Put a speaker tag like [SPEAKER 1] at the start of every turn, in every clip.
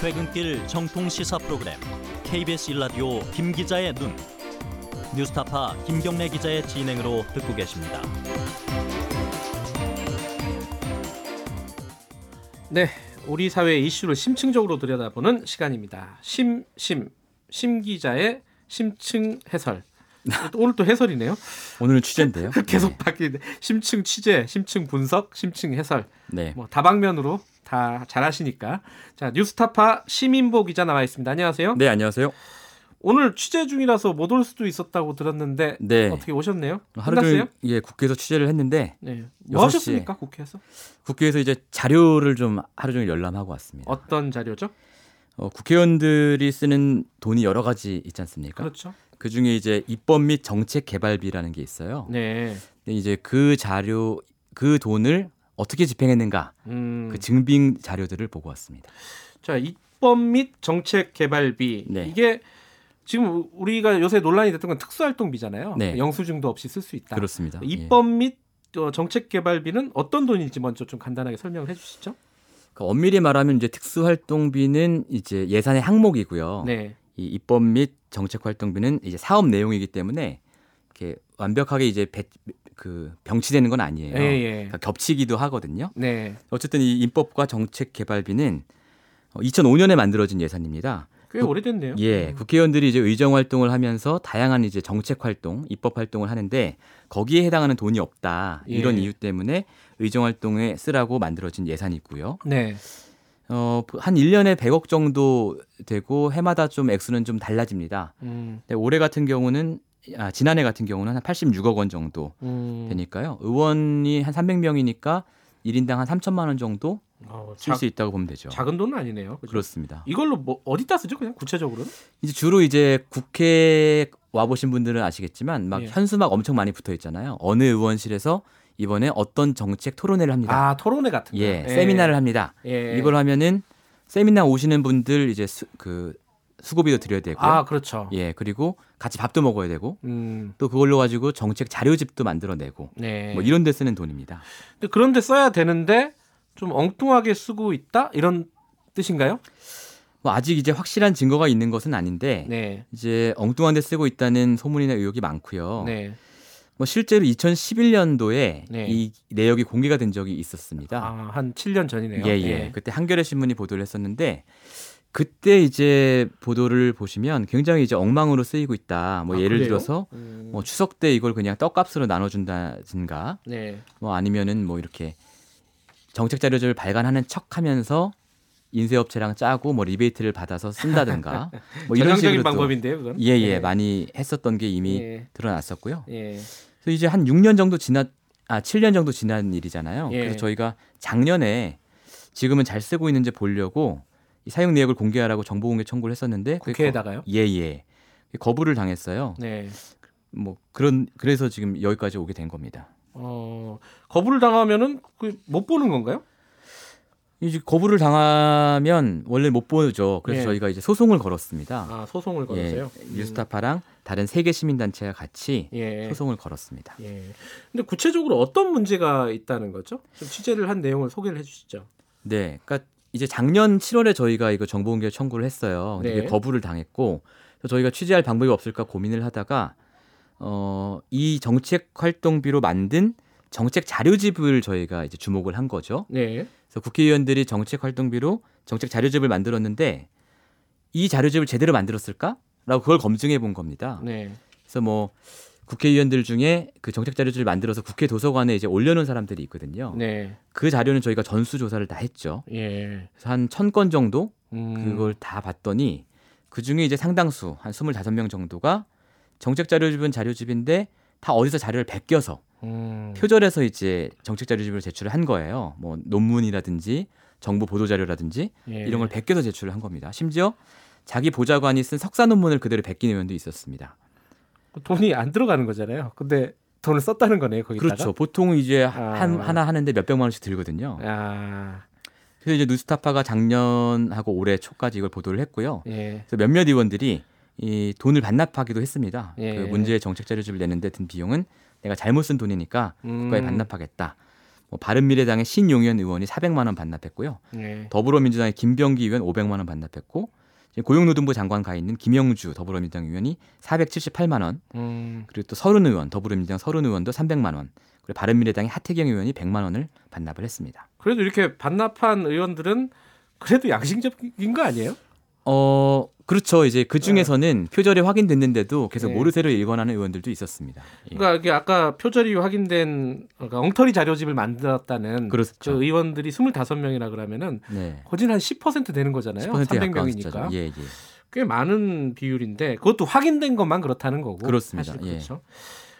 [SPEAKER 1] 퇴근길 정통 시사 프로그램 KBS 일라디오 김 기자의 눈 뉴스타파 김경래 기자의 진행으로 듣고 계십니다.
[SPEAKER 2] 네, 우리 사회의 이슈를 심층적으로 들여다보는 시간입니다. 심심 심기자의 심층 해설. 또 오늘 또 해설이네요.
[SPEAKER 3] 오늘 취재인데요.
[SPEAKER 2] 계속 바뀌는데 심층 취재, 심층 분석, 심층 해설.
[SPEAKER 3] 네. 네.
[SPEAKER 2] 뭐 다방면으로 다 잘하시니까. 자, 뉴스타파 시민보 기자 나와 있습니다. 안녕하세요.
[SPEAKER 3] 네, 안녕하세요.
[SPEAKER 2] 오늘 취재 중이라서 못 올 수도 있었다고 들었는데
[SPEAKER 3] 네.
[SPEAKER 2] 어떻게 오셨네요?
[SPEAKER 3] 하루
[SPEAKER 2] 끝났어요?
[SPEAKER 3] 종일 예, 국회에서 취재를 했는데
[SPEAKER 2] 네. 뭐
[SPEAKER 3] 여섯
[SPEAKER 2] 하셨습니까? 국회에서?
[SPEAKER 3] 국회에서 이제 자료를 좀 하루 종일 열람하고 왔습니다.
[SPEAKER 2] 어떤 자료죠?
[SPEAKER 3] 어, 국회의원들이 쓰는 돈이 여러 가지 있지 않습니까?
[SPEAKER 2] 그렇죠.
[SPEAKER 3] 그 중에 이제 입법 및 정책 개발비라는 게 있어요.
[SPEAKER 2] 네.
[SPEAKER 3] 근데 이제 그 자료 그 돈을 어떻게 집행했는가
[SPEAKER 2] 음.
[SPEAKER 3] 그 증빙 자료들을 보고 왔습니다.
[SPEAKER 2] 자 입법 및 정책 개발비
[SPEAKER 3] 네.
[SPEAKER 2] 이게 지금 우리가 요새 논란이 됐던 건 특수활동비잖아요.
[SPEAKER 3] 네.
[SPEAKER 2] 영수증도 없이 쓸 수 있다.
[SPEAKER 3] 그렇습니다. 예.
[SPEAKER 2] 입법 및 어, 정책 개발비는 어떤 돈인지 먼저 좀 간단하게 설명을 해주시죠.
[SPEAKER 3] 예. 그 엄밀히 말하면 이제 특수활동비는 이제 예산의 항목이고요.
[SPEAKER 2] 네,
[SPEAKER 3] 이 입법 및 정책 활동비는 이제 사업 내용이기 때문에 이렇게 완벽하게 이제 배, 그 병치되는 건 아니에요.
[SPEAKER 2] 예, 예.
[SPEAKER 3] 그러니까 겹치기도 하거든요.
[SPEAKER 2] 네.
[SPEAKER 3] 어쨌든 이 입법과 정책 개발비는 2005년에 만들어진 예산입니다.
[SPEAKER 2] 꽤
[SPEAKER 3] 국-
[SPEAKER 2] 오래됐네요. 음.
[SPEAKER 3] 예, 국회의원들이 이제 의정 활동을 하면서 다양한 이제 정책 활동, 입법 활동을 하는데 거기에 해당하는 돈이 없다
[SPEAKER 2] 예.
[SPEAKER 3] 이런 이유 때문에 의정 활동에 쓰라고 만들어진 예산이고요.
[SPEAKER 2] 네,
[SPEAKER 3] 어, 한 1년에 100억 정도 되고 해마다 좀 액수는 좀 달라집니다.
[SPEAKER 2] 음,
[SPEAKER 3] 근데 네, 올해 같은 경우는 아, 지난해 같은 경우는 한 86억 원 정도
[SPEAKER 2] 음.
[SPEAKER 3] 되니까요. 의원이 한 300명이니까 1인당 한 3천만 원 정도
[SPEAKER 2] 어,
[SPEAKER 3] 쓸
[SPEAKER 2] 자,
[SPEAKER 3] 수 있다고 보면 되죠.
[SPEAKER 2] 작은 돈은 아니네요. 그죠?
[SPEAKER 3] 그렇습니다.
[SPEAKER 2] 이걸로 뭐 어디다 쓰죠? 그냥 구체적으로?
[SPEAKER 3] 이제 주로 이제 국회 와 보신 분들은 아시겠지만 막
[SPEAKER 2] 예.
[SPEAKER 3] 현수막 엄청 많이 붙어 있잖아요. 어느 의원실에서 이번에 어떤 정책 토론회를 합니다.
[SPEAKER 2] 아, 토론회 같은 거.
[SPEAKER 3] 예, 세미나를 합니다.
[SPEAKER 2] 예.
[SPEAKER 3] 이걸 하면은 세미나 오시는 분들 이제 수, 그 수고비도 드려야 되고요.
[SPEAKER 2] 아, 그렇죠.
[SPEAKER 3] 예, 그리고 같이 밥도 먹어야 되고
[SPEAKER 2] 음,
[SPEAKER 3] 또 그걸로 가지고 정책 자료집도 만들어내고
[SPEAKER 2] 네.
[SPEAKER 3] 뭐 이런 데 쓰는 돈입니다.
[SPEAKER 2] 근데 그런데 써야 되는데 좀 엉뚱하게 쓰고 있다 이런 뜻인가요?
[SPEAKER 3] 뭐 아직 이제 확실한 증거가 있는 것은 아닌데
[SPEAKER 2] 네,
[SPEAKER 3] 이제 엉뚱한 데 쓰고 있다는 소문이나 의혹이 많고요.
[SPEAKER 2] 네.
[SPEAKER 3] 뭐 실제로 2011년도에
[SPEAKER 2] 네.
[SPEAKER 3] 이 내역이 공개가 된 적이 있었습니다.
[SPEAKER 2] 아, 한 7년 전이네요.
[SPEAKER 3] 예예.
[SPEAKER 2] 네.
[SPEAKER 3] 그때 한겨레 신문이 보도를 했었는데 그때 이제 보도를 보시면 굉장히 이제 엉망으로 쓰이고 있다. 뭐
[SPEAKER 2] 아,
[SPEAKER 3] 예를
[SPEAKER 2] 그래요?
[SPEAKER 3] 들어서
[SPEAKER 2] 음,
[SPEAKER 3] 뭐 추석 때 이걸 그냥 떡값으로 나눠준다든가
[SPEAKER 2] 네.
[SPEAKER 3] 뭐 아니면은 뭐 이렇게 정책 자료를 발간하는 척하면서 인쇄업체랑 짜고 뭐 리베이트를 받아서 쓴다든가 뭐 이런
[SPEAKER 2] 전형적인
[SPEAKER 3] 식으로
[SPEAKER 2] 방법인데요, 그건.
[SPEAKER 3] 예예
[SPEAKER 2] 네.
[SPEAKER 3] 많이 했었던 게 이미
[SPEAKER 2] 예.
[SPEAKER 3] 드러났었고요.
[SPEAKER 2] 예.
[SPEAKER 3] 그래서 이제 한 6년 정도 지났 아 7년 정도 지난 일이잖아요.
[SPEAKER 2] 예.
[SPEAKER 3] 그래서 저희가 작년에 지금은 잘 쓰고 있는지 보려고 이 사용 내역을 공개하라고 정보공개 청구를 했었는데 그게
[SPEAKER 2] 국회에다가요?
[SPEAKER 3] 거- 예 예. 거부를 당했어요.
[SPEAKER 2] 네.
[SPEAKER 3] 뭐 그런 그래서 지금 여기까지 오게 된 겁니다.
[SPEAKER 2] 어, 거부를 당하면은 그못 보는 건가요?
[SPEAKER 3] 이제 거부를 당하면 원래 못 보죠. 그래서
[SPEAKER 2] 예.
[SPEAKER 3] 저희가 이제 소송을 걸었습니다.
[SPEAKER 2] 아, 소송을
[SPEAKER 3] 예,
[SPEAKER 2] 걸었어요. 음,
[SPEAKER 3] 뉴스타파랑 다른 세계 시민단체와 같이
[SPEAKER 2] 예.
[SPEAKER 3] 소송을 걸었습니다.
[SPEAKER 2] 예. 근데 구체적으로 어떤 문제가 있다는 거죠? 좀 취재를 한 내용을 소개를 해 주시죠.
[SPEAKER 3] 네, 그러니까 이제 작년 7월에 저희가 이거 정보공개 청구를 했어요. 근데
[SPEAKER 2] 네.
[SPEAKER 3] 이게 거부를 당했고 그래서 저희가 취재할 방법이 없을까 고민을 하다가 어, 이 정책 활동비로 만든 정책 자료집을 저희가 이제 주목을 한 거죠.
[SPEAKER 2] 네.
[SPEAKER 3] 그래서 국회의원들이 정책 활동비로 정책 자료집을 만들었는데 이 자료집을 제대로 만들었을까라고 그걸 검증해 본 겁니다.
[SPEAKER 2] 네.
[SPEAKER 3] 그래서 뭐 국회의원들 중에 그 정책 자료집을 만들어서 국회 도서관에 이제 올려놓은 사람들이 있거든요.
[SPEAKER 2] 네.
[SPEAKER 3] 그 자료는 저희가 전수 조사를 다 했죠.
[SPEAKER 2] 예.
[SPEAKER 3] 그래서 한 천 건 정도
[SPEAKER 2] 음,
[SPEAKER 3] 그걸 다 봤더니 그 중에 이제 상당수 한 25명 정도가 정책 자료집은 자료집인데 다 어디서 자료를 베껴서
[SPEAKER 2] 음.
[SPEAKER 3] 표절해서 이제 정책 자료집을 제출을 한 거예요. 뭐 논문이라든지 정부 보도 자료라든지
[SPEAKER 2] 예.
[SPEAKER 3] 이런 걸 베껴서 제출을 한 겁니다. 심지어 자기 보좌관이 쓴 석사 논문을 그대로 베낀 의원도 있었습니다.
[SPEAKER 2] 돈이 안 들어가는 거잖아요. 근데 돈을 썼다는 거네요. 거기다가.
[SPEAKER 3] 그렇죠. 보통 이제
[SPEAKER 2] 아.
[SPEAKER 3] 한 하나 하는데 몇 백만 원씩 들거든요.
[SPEAKER 2] 아,
[SPEAKER 3] 그래서 이제 뉴스타파가 작년하고 올해 초까지 이걸 보도를 했고요.
[SPEAKER 2] 예.
[SPEAKER 3] 그래서 몇몇 의원들이 이 돈을 반납하기도 했습니다.
[SPEAKER 2] 예.
[SPEAKER 3] 그 문제의 정책 자료집을 내는데 든 비용은 내가 잘못 쓴 돈이니까
[SPEAKER 2] 음,
[SPEAKER 3] 국가에 반납하겠다. 뭐 바른미래당의 신용현 의원이 400만 원 반납했고요.
[SPEAKER 2] 네.
[SPEAKER 3] 더불어민주당의 김병기 의원 500만 원 반납했고 지금 고용노동부 장관 가 있는 김영주 더불어민주당 의원이 478만 원,
[SPEAKER 2] 음,
[SPEAKER 3] 그리고 또 서른 의원 더불어민주당 서른 의원도 300만 원, 그리고 바른미래당의 하태경 의원이 100만 원을 반납을 했습니다.
[SPEAKER 2] 그래도 이렇게 반납한 의원들은 그래도 양심적인 거 아니에요?
[SPEAKER 3] 예. 어 그렇죠. 이제 그 중에서는 표절이 확인됐는데도 계속
[SPEAKER 2] 네.
[SPEAKER 3] 모르쇠로 일관하는 의원들도 있었습니다. 예.
[SPEAKER 2] 그러니까 이게 아까 표절이 확인된 그러니까 엉터리 자료집을 만들었다는 그
[SPEAKER 3] 그렇죠.
[SPEAKER 2] 의원들이 25명이라 그러면은
[SPEAKER 3] 네.
[SPEAKER 2] 거진 한 10% 되는 거잖아요.
[SPEAKER 3] 10%에
[SPEAKER 2] 300명이니까.
[SPEAKER 3] 가까운 숫자죠. 예, 예.
[SPEAKER 2] 꽤 많은 비율인데 그것도 확인된 것만 그렇다는 거고
[SPEAKER 3] 그렇습니다.
[SPEAKER 2] 사실
[SPEAKER 3] 예.
[SPEAKER 2] 그렇죠.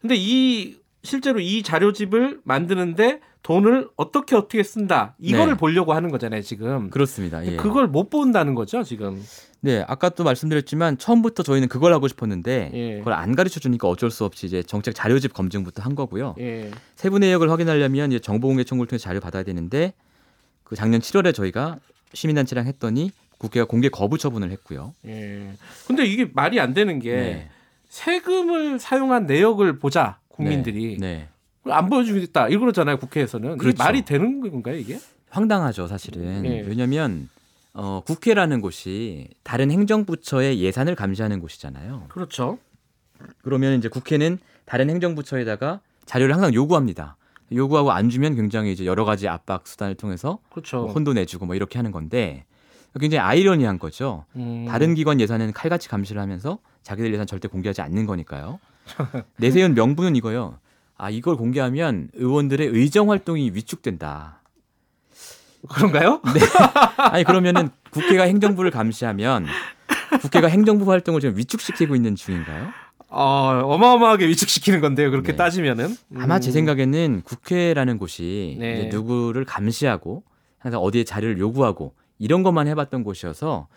[SPEAKER 2] 근데 이 실제로 이 자료집을 만드는데 돈을 어떻게 어떻게 쓴다 이거를
[SPEAKER 3] 네.
[SPEAKER 2] 보려고 하는 거잖아요 지금.
[SPEAKER 3] 그렇습니다. 예.
[SPEAKER 2] 음. 그걸 못 본다는 거죠 지금.
[SPEAKER 3] 네, 아까 또 말씀드렸지만 처음부터 저희는 그걸 하고 싶었는데
[SPEAKER 2] 예.
[SPEAKER 3] 그걸 안 가르쳐 주니까 어쩔 수 없이 이제 정책 자료집 검증부터 한 거고요.
[SPEAKER 2] 예.
[SPEAKER 3] 세부 내역을 확인하려면 이제 정보공개 청구를 통해 서 자료 받아야 되는데 그 작년 7월에 저희가 시민단체랑 했더니 국회가 공개 거부 처분을 했고요.
[SPEAKER 2] 예. 근데 이게 말이 안 되는 게
[SPEAKER 3] 네.
[SPEAKER 2] 세금을 사용한 내역을 보자 국민들이
[SPEAKER 3] 네. 네.
[SPEAKER 2] 안 보여주겠다 이러잖아요 국회에서는. 이게
[SPEAKER 3] 그렇죠.
[SPEAKER 2] 말이 되는 건가요 이게?
[SPEAKER 3] 황당하죠, 사실은.
[SPEAKER 2] 예.
[SPEAKER 3] 왜냐하면 어, 국회라는 곳이 다른 행정부처의 예산을 감시하는 곳이잖아요.
[SPEAKER 2] 그렇죠.
[SPEAKER 3] 그러면 이제 국회는 다른 행정부처에다가 자료를 항상 요구합니다. 요구하고 안 주면 굉장히 이제 여러 가지 압박 수단을 통해서
[SPEAKER 2] 그렇죠.
[SPEAKER 3] 뭐 혼도 내주고 뭐 이렇게 하는 건데 굉장히 아이러니한 거죠.
[SPEAKER 2] 음.
[SPEAKER 3] 다른 기관 예산은 칼같이 감시를 하면서 자기들 예산 절대 공개하지 않는 거니까요. 내세운 명분은 이거요. 아 이걸 공개하면 의원들의 의정 활동이 위축된다.
[SPEAKER 2] 그런가요?
[SPEAKER 3] 아니 그러면은 국회가 행정부를 감시하면 국회가 행정부 활동을 지금 위축시키고 있는 중인가요?
[SPEAKER 2] 어, 어마어마하게 위축시키는 건데요. 그렇게
[SPEAKER 3] 네.
[SPEAKER 2] 따지면은
[SPEAKER 3] 아마
[SPEAKER 2] 음.
[SPEAKER 3] 제 생각에는 국회라는 곳이
[SPEAKER 2] 네.
[SPEAKER 3] 이제 누구를 감시하고 항상 어디에 자료를 요구하고 이런 것만 해봤던 곳이어서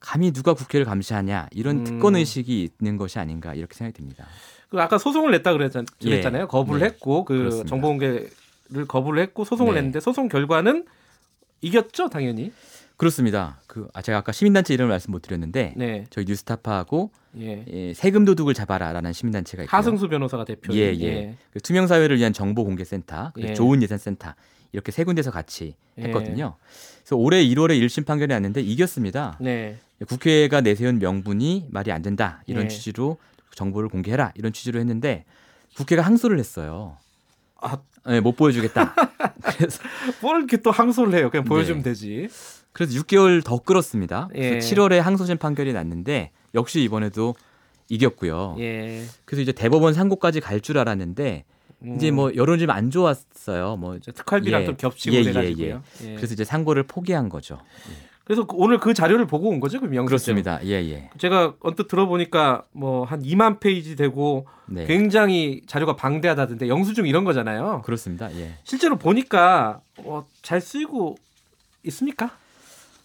[SPEAKER 3] 감히 누가 국회를 감시하냐 이런
[SPEAKER 2] 음.
[SPEAKER 3] 특권 의식이 있는 것이 아닌가 이렇게 생각이 듭니다.
[SPEAKER 2] 그 아까 소송을 냈다 그랬잖,
[SPEAKER 3] 예.
[SPEAKER 2] 그랬잖아요. 거부를
[SPEAKER 3] 네.
[SPEAKER 2] 했고 그
[SPEAKER 3] 그렇습니다.
[SPEAKER 2] 정보공개를 거부를 했고 소송을
[SPEAKER 3] 네.
[SPEAKER 2] 냈는데 소송 결과는 이겼죠, 당연히.
[SPEAKER 3] 그렇습니다. 그 아, 제가 아까 시민단체 이름을 말씀 못 드렸는데
[SPEAKER 2] 네,
[SPEAKER 3] 저희 뉴스타파하고
[SPEAKER 2] 예.
[SPEAKER 3] 예, 세금 도둑을 잡아라라는 시민단체가 있고요.
[SPEAKER 2] 하승수 변호사가 대표.
[SPEAKER 3] 예, 예. 그 투명 사회를 위한 정보 공개 센터, 그리고
[SPEAKER 2] 예.
[SPEAKER 3] 좋은 예산 센터 이렇게 세 군데서 같이 했거든요. 그래서 올해 1월에 1심 판결이 났는데 이겼습니다.
[SPEAKER 2] 네,
[SPEAKER 3] 국회가 내세운 명분이 말이 안 된다 이런
[SPEAKER 2] 예.
[SPEAKER 3] 취지로 정보를 공개해라 이런 취지로 했는데 국회가 항소를 했어요.
[SPEAKER 2] 아.
[SPEAKER 3] 예, 못 보여주겠다. 그래서,
[SPEAKER 2] 뭘 이렇게 또 항소를 해요? 그냥
[SPEAKER 3] 네.
[SPEAKER 2] 보여주면 되지.
[SPEAKER 3] 그래서 6개월 더 끌었습니다.
[SPEAKER 2] 예.
[SPEAKER 3] 그래서 7월에 항소심 판결이 났는데 역시 이번에도 이겼고요.
[SPEAKER 2] 예.
[SPEAKER 3] 그래서 이제 대법원 상고까지 갈 줄 알았는데
[SPEAKER 2] 음,
[SPEAKER 3] 이제 뭐 여론 좀 안 좋았어요. 뭐
[SPEAKER 2] 이제 특활비랑
[SPEAKER 3] 예.
[SPEAKER 2] 좀 겹치고
[SPEAKER 3] 예, 예,
[SPEAKER 2] 돼가지고요. 예.
[SPEAKER 3] 그래서 이제 상고를 포기한 거죠.
[SPEAKER 2] 그래서 그- 오늘 그 자료를 보고 온 거죠, 그럼 영수
[SPEAKER 3] 그렇습니다. 예, 예.
[SPEAKER 2] 제가 언뜻 들어보니까 뭐 한 2만 페이지 되고
[SPEAKER 3] 네.
[SPEAKER 2] 굉장히 자료가 방대하다던데 영수증 이런 거잖아요.
[SPEAKER 3] 그렇습니다. 예.
[SPEAKER 2] 실제로 보니까 어, 잘 쓰이고 있습니까?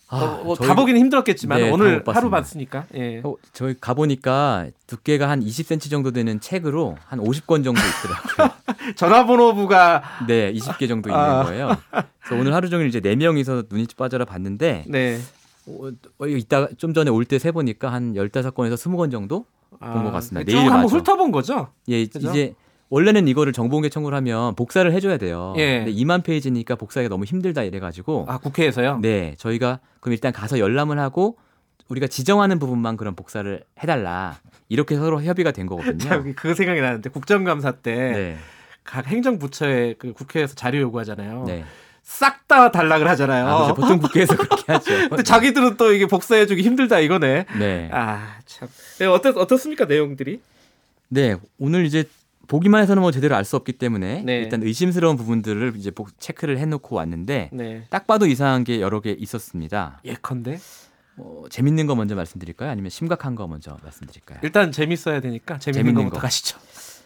[SPEAKER 2] 어, 뭐
[SPEAKER 3] 아, 저희-
[SPEAKER 2] 가보기는 힘들었겠지만
[SPEAKER 3] 네,
[SPEAKER 2] 오늘
[SPEAKER 3] 다못
[SPEAKER 2] 하루
[SPEAKER 3] 봤습니다.
[SPEAKER 2] 봤으니까. 예.
[SPEAKER 3] 어, 저희 가보니까 두께가 한 20cm 정도 되는 책으로 한 50권 정도 있더라고요.
[SPEAKER 2] 전화번호부가
[SPEAKER 3] 네, 20개 정도 있는
[SPEAKER 2] 아.
[SPEAKER 3] 거예요. 그래서 오늘 하루 종일 이제 네 명이서 눈이 빠져라 봤는데
[SPEAKER 2] 네.
[SPEAKER 3] 어, 어, 이따 좀 전에 올 때 세 보니까 한 15건에서 20건 정도? 본것 같습니다.
[SPEAKER 2] 아, 쭉
[SPEAKER 3] 내일
[SPEAKER 2] 한번
[SPEAKER 3] 봐줘.
[SPEAKER 2] 훑어본 거죠.
[SPEAKER 3] 예,
[SPEAKER 2] 그죠?
[SPEAKER 3] 이제 원래는 이거를 정보공개 청구를 하면 복사를 해 줘야 돼요.
[SPEAKER 2] 예.
[SPEAKER 3] 근데 2만 페이지니까 복사하기 가 너무 힘들다 이래 가지고
[SPEAKER 2] 아 국회에서요.
[SPEAKER 3] 네, 저희가 그럼 일단 가서 열람을 하고 우리가 지정하는 부분만 그럼 복사를 해달라 이렇게 서로 협의가 된 거거든요.
[SPEAKER 2] 자, 그 생각이 나는데 국정감사 때 각
[SPEAKER 3] 네,
[SPEAKER 2] 행정부처의 그 국회에서 자료 요구하잖아요.
[SPEAKER 3] 네.
[SPEAKER 2] 싹 다 단락을 어. 하잖아요.
[SPEAKER 3] 아, 그렇죠. 보통 국회에서 그렇게 하죠.
[SPEAKER 2] 근데 자기들은 또 이게 복사해주기 힘들다 이거네.
[SPEAKER 3] 네,
[SPEAKER 2] 아 참. 네, 어떻 어떻습니까 내용들이?
[SPEAKER 3] 네. 오늘 이제 보기만 해서는 뭐 제대로 알 수 없기 때문에
[SPEAKER 2] 네.
[SPEAKER 3] 일단 의심스러운 부분들을 이제 복- 체크를 해놓고 왔는데
[SPEAKER 2] 네.
[SPEAKER 3] 딱 봐도 이상한 게 여러 개 있었습니다.
[SPEAKER 2] 예컨대
[SPEAKER 3] 어, 재밌는 거 먼저 말씀드릴까요? 아니면 심각한 거 먼저 말씀드릴까요?
[SPEAKER 2] 일단 재밌어야 되니까 재밌는
[SPEAKER 3] 재밌는
[SPEAKER 2] 것부터
[SPEAKER 3] 거.
[SPEAKER 2] 가시죠.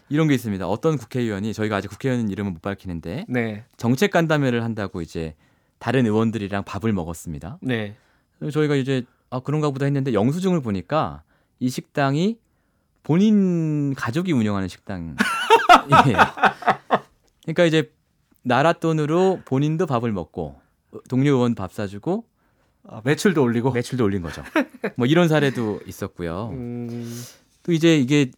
[SPEAKER 3] 이런 게 있습니다. 어떤 국회의원이 저희가 아직 국회의원 이름은 못 밝히는데
[SPEAKER 2] 네.
[SPEAKER 3] 정책 간담회를 한다고 이제 다른 의원들이랑 밥을 먹었습니다.
[SPEAKER 2] 네.
[SPEAKER 3] 그래서 저희가 이제 아 그런가 보다 했는데 영수증을 보니까 이 식당이 본인 가족이 운영하는 식당이에요. 그러니까 이제 나라 돈으로 본인도 밥을 먹고 동료 의원 밥 사주고
[SPEAKER 2] 아, 매출도 올리고.
[SPEAKER 3] 매출도 올린 거죠. 뭐 이런 사례도 있었고요.
[SPEAKER 2] 음,
[SPEAKER 3] 또 이제 이게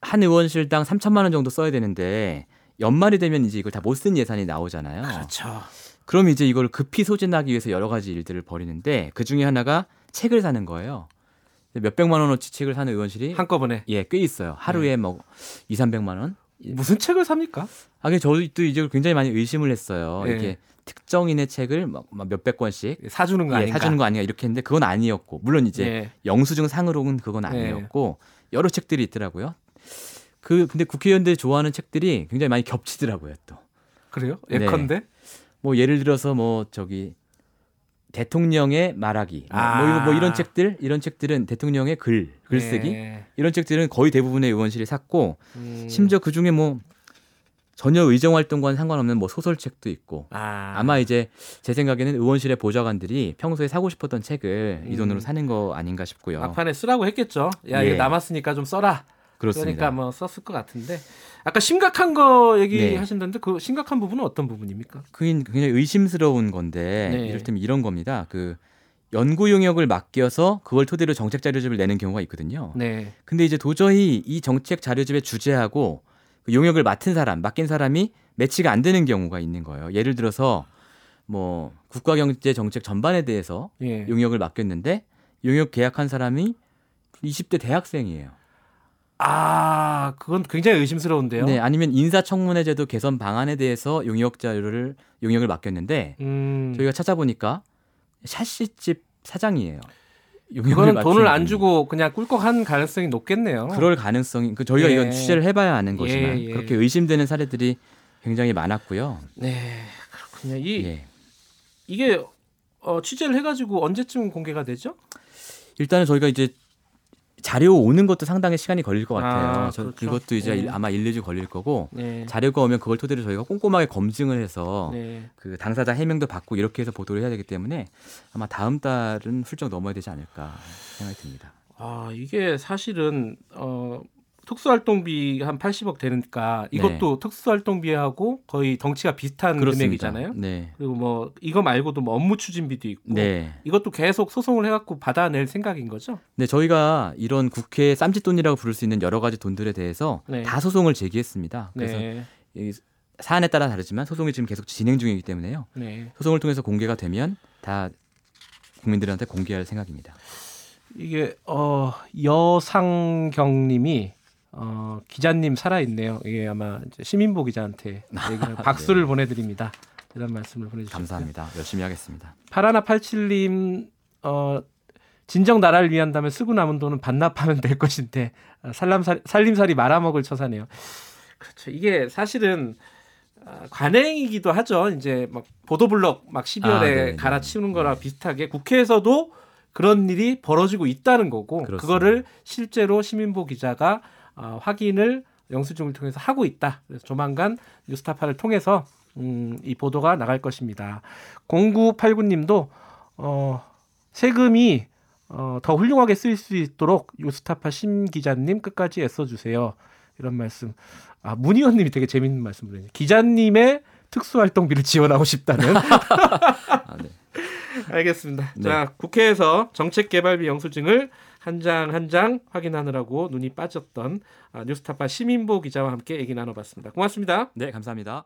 [SPEAKER 3] 한 의원실당 3천만 원 정도 써야 되는데 연말이 되면 이제 이걸 다 못 쓴 예산이 나오잖아요.
[SPEAKER 2] 그렇죠.
[SPEAKER 3] 어. 그럼 이제 이걸 급히 소진하기 위해서 여러 가지 일들을 벌이는데 그 중에 하나가 책을 사는 거예요. 몇 백만 원어치 책을 사는 의원실이
[SPEAKER 2] 한꺼번에 네.
[SPEAKER 3] 예, 꽤 있어요. 하루에 뭐 2, 300만 원.
[SPEAKER 2] 무슨 책을 삽니까?
[SPEAKER 3] 아, 근데 저도 이제 굉장히 많이 의심을 했어요.
[SPEAKER 2] 예.
[SPEAKER 3] 이게 특정인의 책을 막, 막 몇백 권씩
[SPEAKER 2] 사주는 거
[SPEAKER 3] 예,
[SPEAKER 2] 아닌가?
[SPEAKER 3] 사주는 거 아니야 이렇게 했는데 그건 아니었고 물론 이제
[SPEAKER 2] 예.
[SPEAKER 3] 영수증 상으로는 그건
[SPEAKER 2] 네.
[SPEAKER 3] 아니었고 여러 책들이 있더라고요. 그 근데 국회의원들이 좋아하는 책들이 굉장히 많이 겹치더라고요 또.
[SPEAKER 2] 그래요?
[SPEAKER 3] 네.
[SPEAKER 2] 예컨대
[SPEAKER 3] 뭐 예를 들어서 뭐 저기 대통령의 말하기 뭐
[SPEAKER 2] 아.
[SPEAKER 3] 이거- 뭐 이런 책들 이런 책들은 대통령의 글 글쓰기
[SPEAKER 2] 예.
[SPEAKER 3] 이런 책들은 거의 대부분의 의원실이 샀고
[SPEAKER 2] 음.
[SPEAKER 3] 심지어 그 중에 뭐 전혀 의정 활동과는 상관없는 뭐 소설책도 있고
[SPEAKER 2] 아,
[SPEAKER 3] 아마 이제 제 생각에는 의원실의 보좌관들이 평소에 사고 싶었던 책을 이 돈으로
[SPEAKER 2] 음.
[SPEAKER 3] 사는 거 아닌가 싶고요.
[SPEAKER 2] 막판에 쓰라고 했겠죠. 야
[SPEAKER 3] 예.
[SPEAKER 2] 이거 남았으니까 좀 써라.
[SPEAKER 3] 그렇습니다.
[SPEAKER 2] 그러니까 뭐 썼을 것 같은데 아까 심각한 거
[SPEAKER 3] 네.
[SPEAKER 2] 얘기하신다는데 그 심각한 부분은 어떤 부분입니까?
[SPEAKER 3] 그인 굉장히 의심스러운 건데
[SPEAKER 2] 네.
[SPEAKER 3] 이를테면 이런 겁니다. 그 연구 용역을 맡겨서 그걸 토대로 정책 자료집을 내는 경우가 있거든요.
[SPEAKER 2] 네.
[SPEAKER 3] 근데 이제 도저히 이 정책 자료집의 주제하고 그 용역을 맡은 사람, 맡긴 사람이 매치가 안 되는 경우가 있는 거예요. 예를 들어서 뭐 국가 경제 정책 전반에 대해서
[SPEAKER 2] 예.
[SPEAKER 3] 용역을 맡겼는데 용역 계약한 사람이 20대 대학생이에요.
[SPEAKER 2] 아 그건 굉장히 의심스러운데요.
[SPEAKER 3] 네, 아니면 인사청문회 제도 개선 방안에 대해서 용역 자료를 용역을 맡겼는데
[SPEAKER 2] 음,
[SPEAKER 3] 저희가 찾아보니까 샤시집 사장이에요. 용역을
[SPEAKER 2] 이거는
[SPEAKER 3] 맡은
[SPEAKER 2] 돈을 안
[SPEAKER 3] 분이.
[SPEAKER 2] 주고 그냥 꿀꺽한 가능성이 높겠네요.
[SPEAKER 3] 그럴 가능성이 그 저희가
[SPEAKER 2] 어. 예.
[SPEAKER 3] 이건 취재를 해봐야 아는 거지만
[SPEAKER 2] 예, 예.
[SPEAKER 3] 그렇게 의심되는 사례들이 굉장히 많았고요.
[SPEAKER 2] 네 그렇군요. 이
[SPEAKER 3] 예.
[SPEAKER 2] 이게 어, 취재를 해가지고 언제쯤 공개가 되죠?
[SPEAKER 3] 일단은 저희가 이제 자료 오는 것도 상당히 시간이 걸릴 것 같아요.
[SPEAKER 2] 아,
[SPEAKER 3] 저-
[SPEAKER 2] 그렇죠.
[SPEAKER 3] 그것도 이제
[SPEAKER 2] 예.
[SPEAKER 3] 일- 아마 1, 2주 걸릴 거고
[SPEAKER 2] 네.
[SPEAKER 3] 자료가 오면 그걸 토대로 저희가 꼼꼼하게 검증을 해서
[SPEAKER 2] 네.
[SPEAKER 3] 그 당사자 해명도 받고 이렇게 해서 보도를 해야 되기 때문에 아마 다음 달은 훌쩍 넘어야 되지 않을까 생각이 듭니다.
[SPEAKER 2] 아 이게 사실은 어, 특수활동비 한 80억 되니까 이것도 특수활동비하고 거의 덩치가 비슷한
[SPEAKER 3] 네. 그렇습니다.
[SPEAKER 2] 금액이잖아요.
[SPEAKER 3] 네.
[SPEAKER 2] 그리고 뭐 이거 말고도 뭐 업무 추진비도 있고
[SPEAKER 3] 네.
[SPEAKER 2] 이것도 계속 소송을 해갖고 받아낼 생각인 거죠.
[SPEAKER 3] 네, 저희가 이런 국회 쌈짓돈이라고 부를 수 있는 여러 가지 돈들에 대해서
[SPEAKER 2] 네.
[SPEAKER 3] 다 소송을 제기했습니다. 그래서
[SPEAKER 2] 네,
[SPEAKER 3] 이 사안에 따라 다르지만 소송이 지금 계속 진행 중이기 때문에요.
[SPEAKER 2] 네.
[SPEAKER 3] 소송을 통해서 공개가 되면 다 국민들한테 공개할 생각입니다.
[SPEAKER 2] 이게 어, 여상경님이 어, 기자님 살아 있네요. 이게 아마 이제 시민보 기자한테 얘기를- 박수를 보내드립니다. 이런 말씀을 보내주셨고요.
[SPEAKER 3] 네. 감사합니다. 열심히 하겠습니다.
[SPEAKER 2] 파라나 87님 어 진정 나라를 위한다면 쓰고 남은 돈은 반납하면 될 것인데 아, 살람살 살림살이 말아먹을 처사네요. 그렇죠. 이게 사실은 아, 관행이기도 하죠. 이제 막 보도블록 막
[SPEAKER 3] 아,
[SPEAKER 2] 12월에
[SPEAKER 3] 네네.
[SPEAKER 2] 갈아치우는 거랑 비슷하게 국회에서도 그런 일이 벌어지고 있다는 거고
[SPEAKER 3] 그렇습니다.
[SPEAKER 2] 거를 실제로 시민보 기자가 아, 확인을 영수증을 통해서 하고 있다. 그래서 조만간 뉴스타파를 통해서 음, 이 보도가 나갈 것입니다. 0989님도 어, 세금이 어, 더 훌륭하게 쓰일 수 있도록 유스타파 심 기자님 끝까지 애써주세요. 이런 말씀. 아 문희원님이 되게 재밌는 말씀을 해요. 기자님의 특수활동비를 지원하고 싶다는.
[SPEAKER 3] 아, 네.
[SPEAKER 2] 알겠습니다.
[SPEAKER 3] 네.
[SPEAKER 2] 자 국회에서 정책개발비 영수증을 한 장 한 장 확인하느라고 눈이 빠졌던 아, 뉴스타파 시민보 기자와 함께 얘기 나눠봤습니다. 고맙습니다.
[SPEAKER 3] 네, 감사합니다.